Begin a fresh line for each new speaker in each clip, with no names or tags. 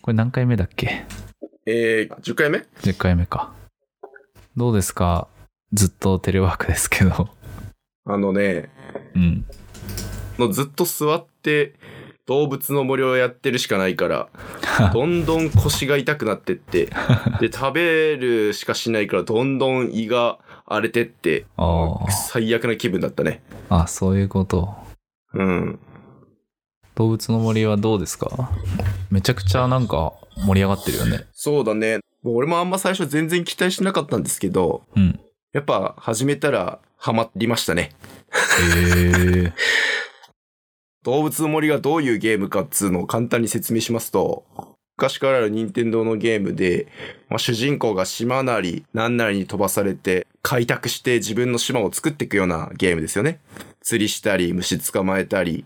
これ何回目だっけ
えー、10回目
?10 回目か。どうですかずっとテレワークですけど。
あのね、
うん。
もうずっと座って動物の森をやってるしかな いから、どんどん腰が痛くなってって、で、食べるしかしないから、どんどん胃が荒れてって、
あ
最悪な気分だったね。
あ。あ、そういうこと。
うん。
動物の森はどうですかめちゃくちゃなんか盛り上がってるよね。
そうだね。もう俺もあんま最初全然期待しなかったんですけど、
うん。
やっぱ始めたらハマりましたね。
へえ。
動物の森がどういうゲームかっつうのを簡単に説明しますと、昔からある任天堂のゲームで、まあ、主人公が島なり何なりに飛ばされて開拓して自分の島を作っていくようなゲームですよね。釣りしたり、虫捕まえたり、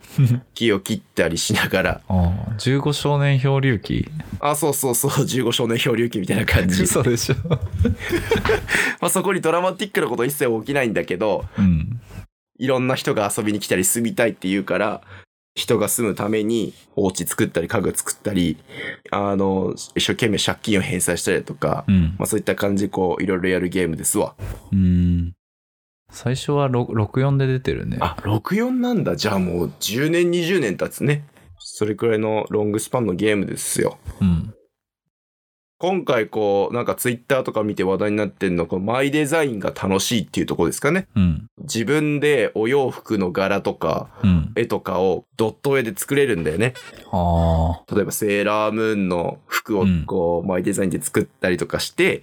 木を切ったりし ながら。
ああ、15少年漂流記
あ、そうそうそう、15少年漂流記みたいな感 じ。
嘘でしょ。
まあそこにドラマティックなこと一切起きないんだけど、
うん。
いろんな人が遊びに来たり住みたいって言うから、人が住むためにお家作ったり家具作ったり、あの、一生懸命借金を返済したりだとか、
うん
まあ。そういった感じでこう、いろいろやるゲームですわ。
うん。最初はろ64で出てるね。
あ、64なんだ。じゃあもう10年、20年経つね。それくらいのロングスパンのゲームですよ。
うん。
今回こう、なんかツイッターとか見て話題になってんの、こうマイデザインが楽しいっていうところですかね。
うん。
自分でお洋服の柄とか、
うん。
絵とかをドット絵で作れるんだよね。
ああ。
例えばセーラームーンの服をこう、マイデザインで作ったりとかして、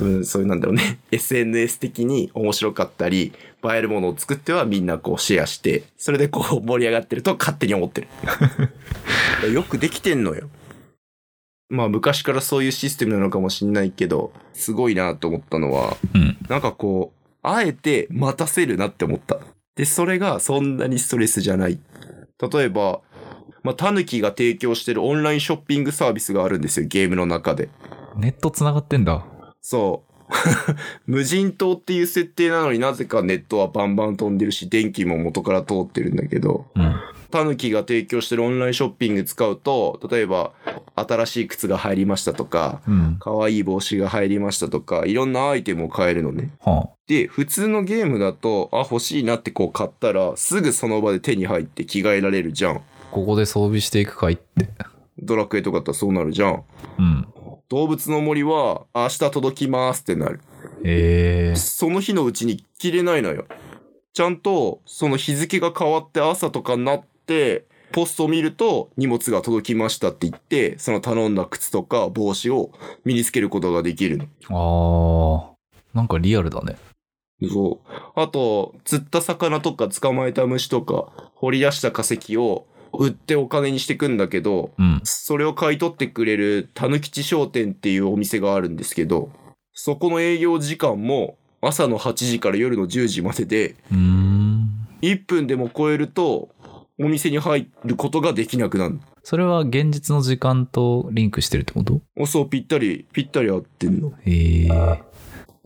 うん。
うんそういうなんだろうね、SNS 的に面白かったり、映えるものを作ってはみんなこうシェアして、それでこう盛り上がってると勝手に思って る。よくできてんのよ。まあ昔からそういうシステムなのかもしんないけど、すごいなと思ったのは、
うん。
なんかこう、あえて待たせるなって思った。で、それがそんなにストレスじゃない。例えば、まあ、タヌキが提供してるオンラインショッピングサービスがあるんですよ、ゲームの中で。
ネット繋がってんだ。
そう。 無人島っていう設定なのになぜかネットはバンバン飛んでるし、電気も元から通ってるんだけど、
うん。
タヌキが提供してるオンラインショッピング使うと、例えば、新しい靴が入りましたとか、
うん。
可愛い帽子が入りましたとか、いろんなアイテムを買えるのね。
は
で、普通のゲームだと、あ、欲しいなってこう買ったら、すぐその場で手に入って着替えられるじゃん。
あ。ここで装備していくかいって。
ドラクエとかだったらそうなるじゃん。
うん。
動物の森は、明日届きますってなる。
へえ。
その日のうちに着れないのよ。ちゃんと、その日付が変わって朝とかになって、ポストを見ると荷物が届きましたって言って、その頼んだ靴とか帽子を身につけることができるの。
ああ。なんかリアルだね。
そう。あと、釣った魚とか捕まえた虫とか、掘り出した化石を売ってお金にしてくんだけど、
うん。
それを買い取ってくれるたぬきち商店っていうお店があるんですけど、そこの営業時間も朝の8時から夜の10時までで、
うーん。
1分でも超えると、お店に入ることができなくなる。
それは現実の時間とリンクしてるってこと
おそう、ぴったり、ぴったり合ってんの。だか
へえ。
ら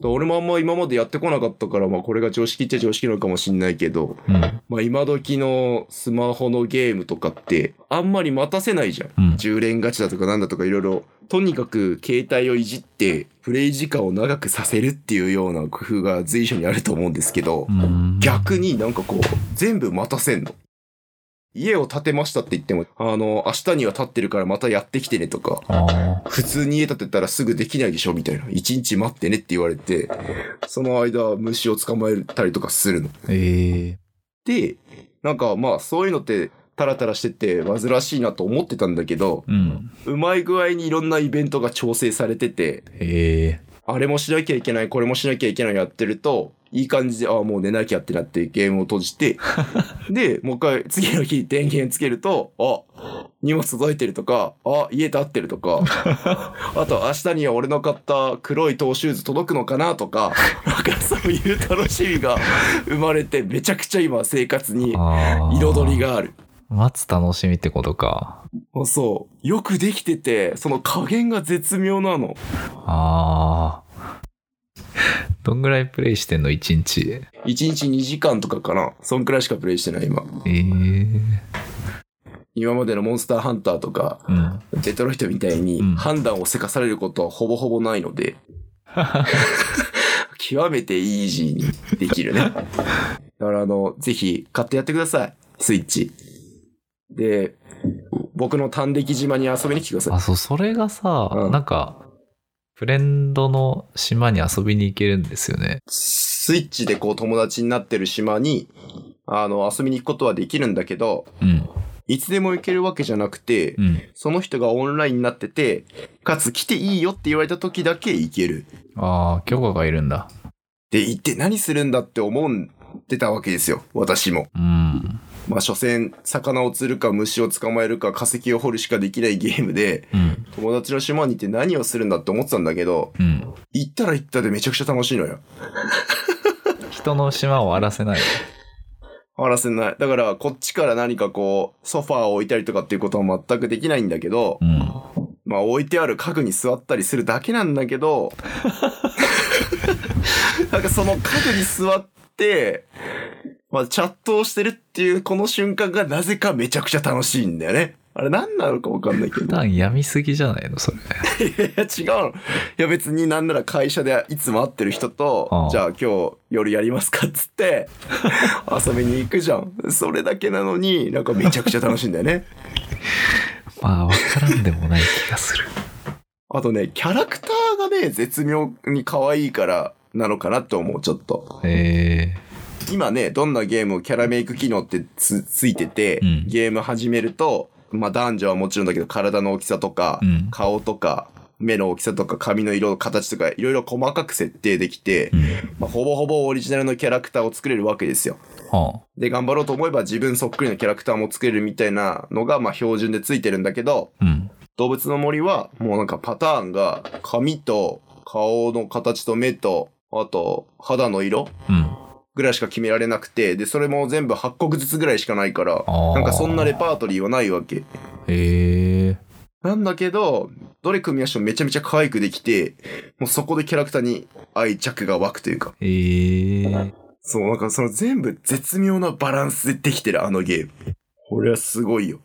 俺もあんま今までやってこなかったから、まあこれが常識っちゃ常識なのかもしんないけど、
うん。
まあ今時のスマホのゲームとかってあんまり待たせないじゃん。
うん。
10連ガチだとかなんだとかいろいろ、とにかく携帯をいじってプレイ時間を長くさせるっていうような工夫が随所にあると思うんですけど
う、ん。
逆になんかこう、全部待たせんの。家を建てましたって言っても、あの、明日には建ってるからまたやってきてねとか、
ああ。
普通に家建てたらすぐできないでしょみたいな。一日待ってねって言われて、その間虫を捕まえたりとかするの。
ええ。
で、なんかまあそういうのってタラタラしてて煩わしいなと思ってたんだけど、
うん。
うまい具合にいろんなイベントが調整されてて、
へえ。
あれもしなきゃいけない、これもしなきゃいけないやってると、いい感じで、ああ、もう寝なきゃってなってゲームを閉じて、で、もう一回次の日電源つけると、あ、荷物届いてるとか、あ、家立ってるとか、あと明日には俺の買った黒いトーシューズ届くのかなとか、なんかそういう楽しみが生まれて、めちゃくちゃ今生活に
ああ。
彩り。がある。
待つ楽しみってことか。
あそう。よくできてて、その加減が絶妙なの。
ああ。どんぐらいプレイしてんの一日。
1日2時間とかかな。そんくらいしかプレイしてない、今。
ええ。
今までのモンスターハンターとか、
うん。
デトロイトみたいに
うん
判断をせかされることはほぼほぼない ので、極めてイージーにできるね。だからあの、ぜひ買ってやってください。スイッチ。で、僕の短歴島に遊びに来てください
あ、。そう、それがさ、
うん
なんか、フレンドの島に遊びに行けるんですよね。
スイッチでこう友達になってる島に、あの、遊びに行くことはできるんだけど、
うん。
いつでも行けるわけじゃなくて、
うん。
その人がオンラインになってて、かつ来ていいよって言われた時だけ行ける。
ああ、許可がいるんだ。
で、行って何するんだって思ってたわけですよ。私も。
うん。
まあ、所詮、魚を釣るか虫を捕まえるか化石を掘るしかできないゲームで、
うん。
友達の島に行って何をするんだって思ってたんだけど、
うん。
行ったら行ったでめちゃくちゃ楽しいのよ。
人の島を荒らせない。
終わらせない。だから、こっちから何かこう、ソファーを置いたりとかっていうことは全くできないんだけど
う、ん。
まあ、置いてある家具に座ったりするだけなんだ けど、なんかその家具に座って、まあ、チャットをしてるっていうこの瞬間がなぜかめちゃくちゃ楽しいんだよね。あれ何なのかわかんないけ ど。
普段やみすぎじゃないの、それ。
いや、違うの。いや、別になんなら会社でいつも会ってる人
あ
と
あ、
じゃあ今日夜やりますかっつって、遊びに行くじゃん。それだけなのに、なんかめちゃくちゃ楽しいんだよね。
まあ、わからんでもない気がす る。
あとね、キャラクターがね、絶妙に可愛いからなのかなって思う、ちょっと。
え
今ね、どんなゲームもキャラメイク機能ってつついてて、
うん
ゲーム始めると、まあ男女はもちろんだけど、体の大きさとか
え、うん。
顔とか、目の大きさとか、髪の色、形とか、いろいろ細かく設定できて
う、ん。
まあ、ほぼほぼオリジナルのキャラクターを作れるわけですよ。
は
で、頑張ろうと思えば自分そっくりのキャラクターも作れるみたいなのが、まあ、標準でついてるんだけど、
あ。うん。
動物の森は、もうなんかパターンが、髪と顔の形と目と、あと肌の色
うん。
ぐらいしか決められなくて、で、それも全部8個ずつぐらいしかないから、
ああ。
なんかそんなレパートリーはないわけ。
ええ
なんだけど、どれ組み合わせてもめちゃめちゃ可愛くできて、もうそこでキャラクターに愛着が湧くというか。
ええ
そう、なんかその全部絶妙なバランスでできてるあのゲーム。これはすごいよ。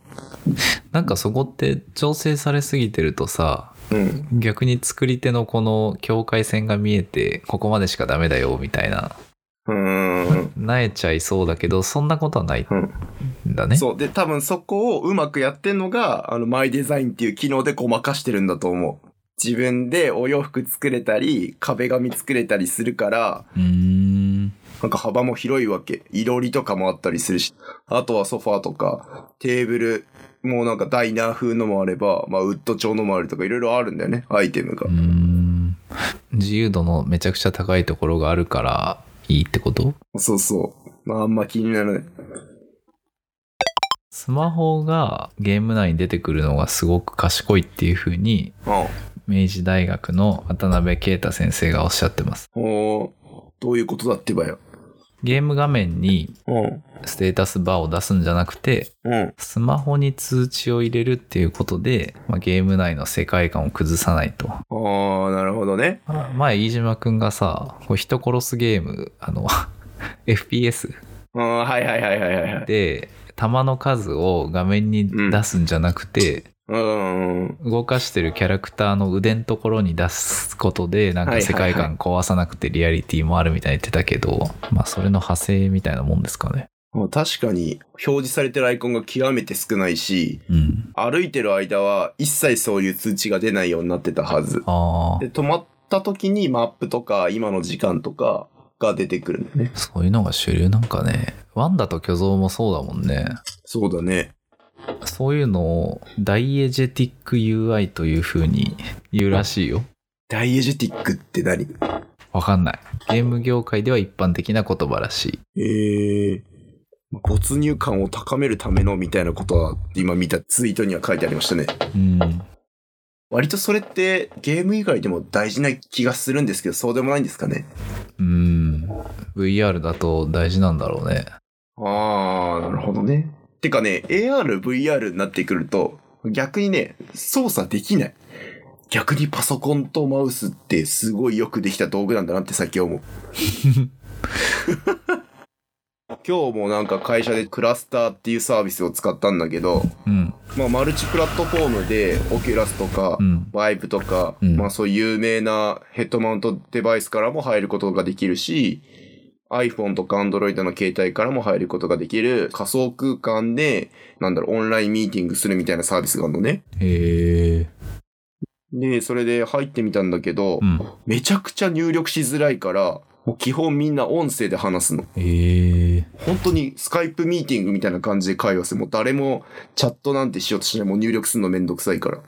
なんかそこって調整されすぎてるとさ、
うん。
逆に作り手のこの境界線が見えて、ここまでしかダメだよ、みたいな。
うーん。
なえちゃいそうだけど、そんなことはない
うん
んだね。
そう。で、多分そこをうまくやってんのが、あの、マイデザインっていう機能でごまかしてるんだと思う。自分でお洋服作れたり、壁紙作れたりするから、
うーん。
なんか幅も広いわけ。いろりとかもあったりするし、あとはソファーとか、テーブル、もうなんかダイナー風のもあれば、まあウッド調のもあるとかいろいろあるんだよね、アイテムが
うー。ん。自由度のめちゃくちゃ高いところがあるから、いいってこと
そうそう。まああんま気にならない。
スマホがゲーム内に出てくるのがすごく賢いっていうふうに、
うん。
明治大学の渡辺啓太先生がおっしゃってます。
おーどういうことだってばよ。
ゲーム画面に
うん。
ステータスバーを出すんじゃなくて、
うん。
スマホに通知を入れるっていうことで、まあ、ゲーム内の世界観を崩さないと。
ああ、なるほどね。
前、飯島くんがさ、こう人殺すゲーム、あの、FPS
うん、はいはいはいはいはいはい。
で、弾の数を画面に出すんじゃなくて、
うん。
動かしてるキャラクターの腕のところに出すことで、なんか
はいはい
世界観壊さなくてリアリティもあるみたいに言ってたけど、まあそれの派生みたいなもんですかね。
まあ確かに、表示されてるアイコンが極めて少ないし、
うん。
歩いてる間は一切そういう通知が出ないようになってたはず。
ああ
で、、止まった時にマップとか、今の時間とかが出てくるんだね。
そういうのが主流なんかね。ワンダと巨像もそうだもんね。
そうだね。
そういうのをダイエジェティック UI という風に言うらしいよ。
ダイエジェティックって何
わかんない。ゲーム業界では一般的な言葉らしい。
ええまあ没入感を高めるためのみたいなことは、今見たツイートには書いてありましたね。
うん。
割とそれってゲーム以外でも大事な気がするんですけど、そうでもないんですかね。
うん。VR だと大事なんだろうね。
ああ、なるほどね。てかね、AR、VR になってくると、逆にね、操作できない。逆にパソコンとマウスってす ごいよくできた道具なんだなってさっき思う。今日もなんか会社でクラスターっていうサービスを使ったんだけど、
うん。
まあ、マルチプラットフォームで、オキュラスとか、
うん
バイブとか、
うん
まあそういう有名なヘッドマウントデバイスからも入ることができるし、iPhone とか Android の携帯からも入ることができる仮想空間で、なんだろう、オンラインミーティングするみたいなサービスがあるのね。
へえ。
で、それで入ってみたんだけど、
うん。
めちゃくちゃ入力しづらいから、もう基本みんな音声で話すの。
へえ。
本当にスカイプミーティングみたいな感じで会話する。もう誰もチャットなんてしようとしない。もう入力するのめんどくさいから。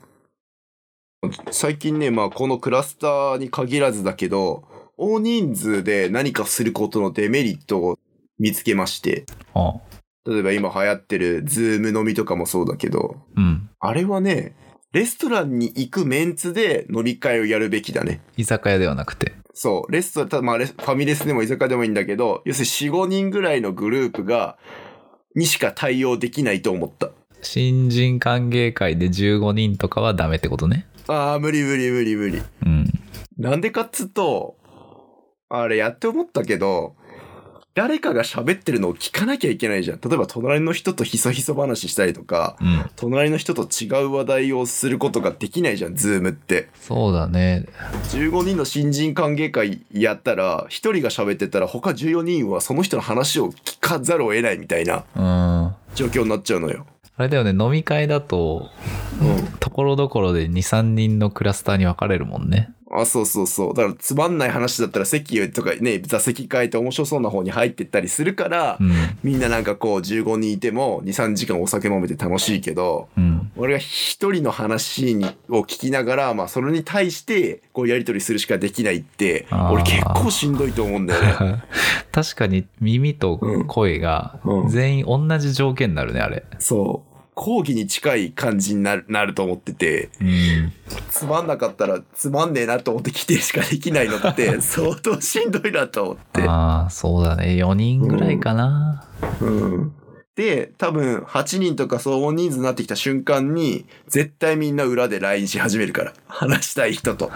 最近ね、まあこのクラスターに限らずだけど、大人数で何かすることのデメリットを見つけまして。
あ、
例えば今流行ってるズーム飲みとかもそうだけど、
うん。
あれはね、レストランに行くメンツで飲み会をやるべきだね。
居酒屋ではなくて。
そう、レストたまあレス、ファミレスでも居酒屋でもいいんだけど、要するに4、5人ぐらいのグループが、にしか対応できないと思った。
新人歓迎会で15人とかはダメってことね。
ああ、無理無理無理無理。
うん。
なんでかっつうと、あれやって思ったけど、誰かが喋ってるのを聞かなきゃいけないじゃん。例えば隣の人とひそひそ話したりとか、
うん。
隣の人と違う話題をすることができないじゃん、ズームって。
そうだね。
15人の新人歓迎会やったら、1人が喋ってたら他14人はその人の話を聞かざるを得ないみたいな。
うん。あ
状況になっちゃうのよ。
れだよね、飲み会だと、ところどころで2、3人のクラスターに分かれるもんね。
あ、そうそうそう。だからつまんない話だったら席とかね、座席変えて面白そうな方に入ってったりするから、
うん。
みんななんかこう15人いても2、3時間お酒飲めて楽しいけど、
うん。
俺が一人の話にを聞きながら、まあそれに対してこうやり取りするしかできないって、
あー
俺結構しんどいと思うんだよね。
確かに耳と声が
うんうん
全員同じ条件になるね、あれ。
そう。講義に近い感じになるなると思ってて、
うん。
つまんなかったらつまんねえなと思って規定しかできないのって相当しんどいなと思って。
ああ、そうだね。4人ぐらいかな。
うん。で、多分、8人とかそう大人数になってきた瞬間に、絶対みんな裏で LINE し始めるから。話したい人と。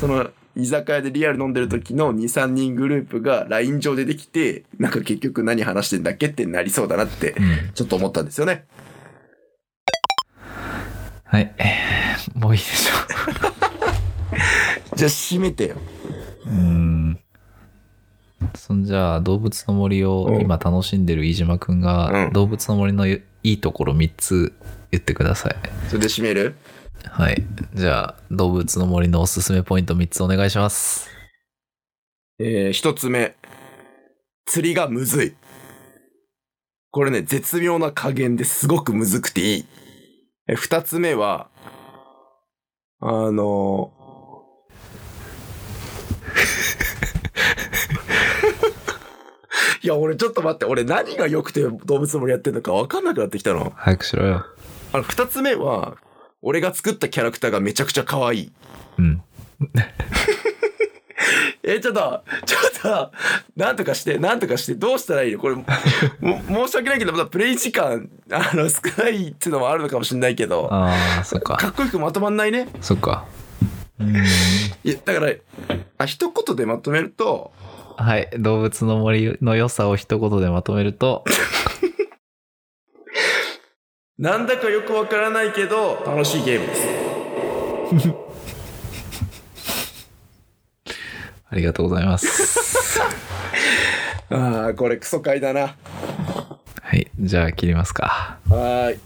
その、居酒屋でリアル飲んでる時の2、3人グループが LINE 上でできて、なんか結局何話してんだっけってなりそうだなって
う、ん。
ちょっと思ったんですよね。
はい。 もういいでしょ
じゃあ、閉めてよ。
う。うん。そんじゃあ、動物の森を今楽しんでる飯島くんが
う、ん
動物の森のいいところ3つ言ってください。
それで閉める
はい。じゃあ、動物の森のおすすめポイント3つお願いします。
えー、一つ目。釣りがむずい。これね、絶妙な加減ですごくむずくていい。えー、二つ目は、あのー いや、俺ちょっと待って、俺何が良くて動物の森やってんのか分かんなくなってきたの。
早くしろよ。
あの、二つ目は、俺が作ったキャラクターがめちゃくちゃ可愛い。
うん。
え、ちょっと、ちょっと、なんとかして、なんとかして、どうしたらいいのこれ、も 申し訳ないけど、まだプレイ時間、あの、少ないっていうのもあるのかもしれないけど、
ああ、そっ
か
か。
っこよくまとまんないね。
そっか。うん。
いや、だから、あ、一言でまとめると、
はい。動物の森の良さを一言でまとめると、
なんだかよくわからないけど、楽しいゲームです。
ありがとうございます。
ああ、これクソ回だな。
はい。じゃあ、切りますか。
はーい。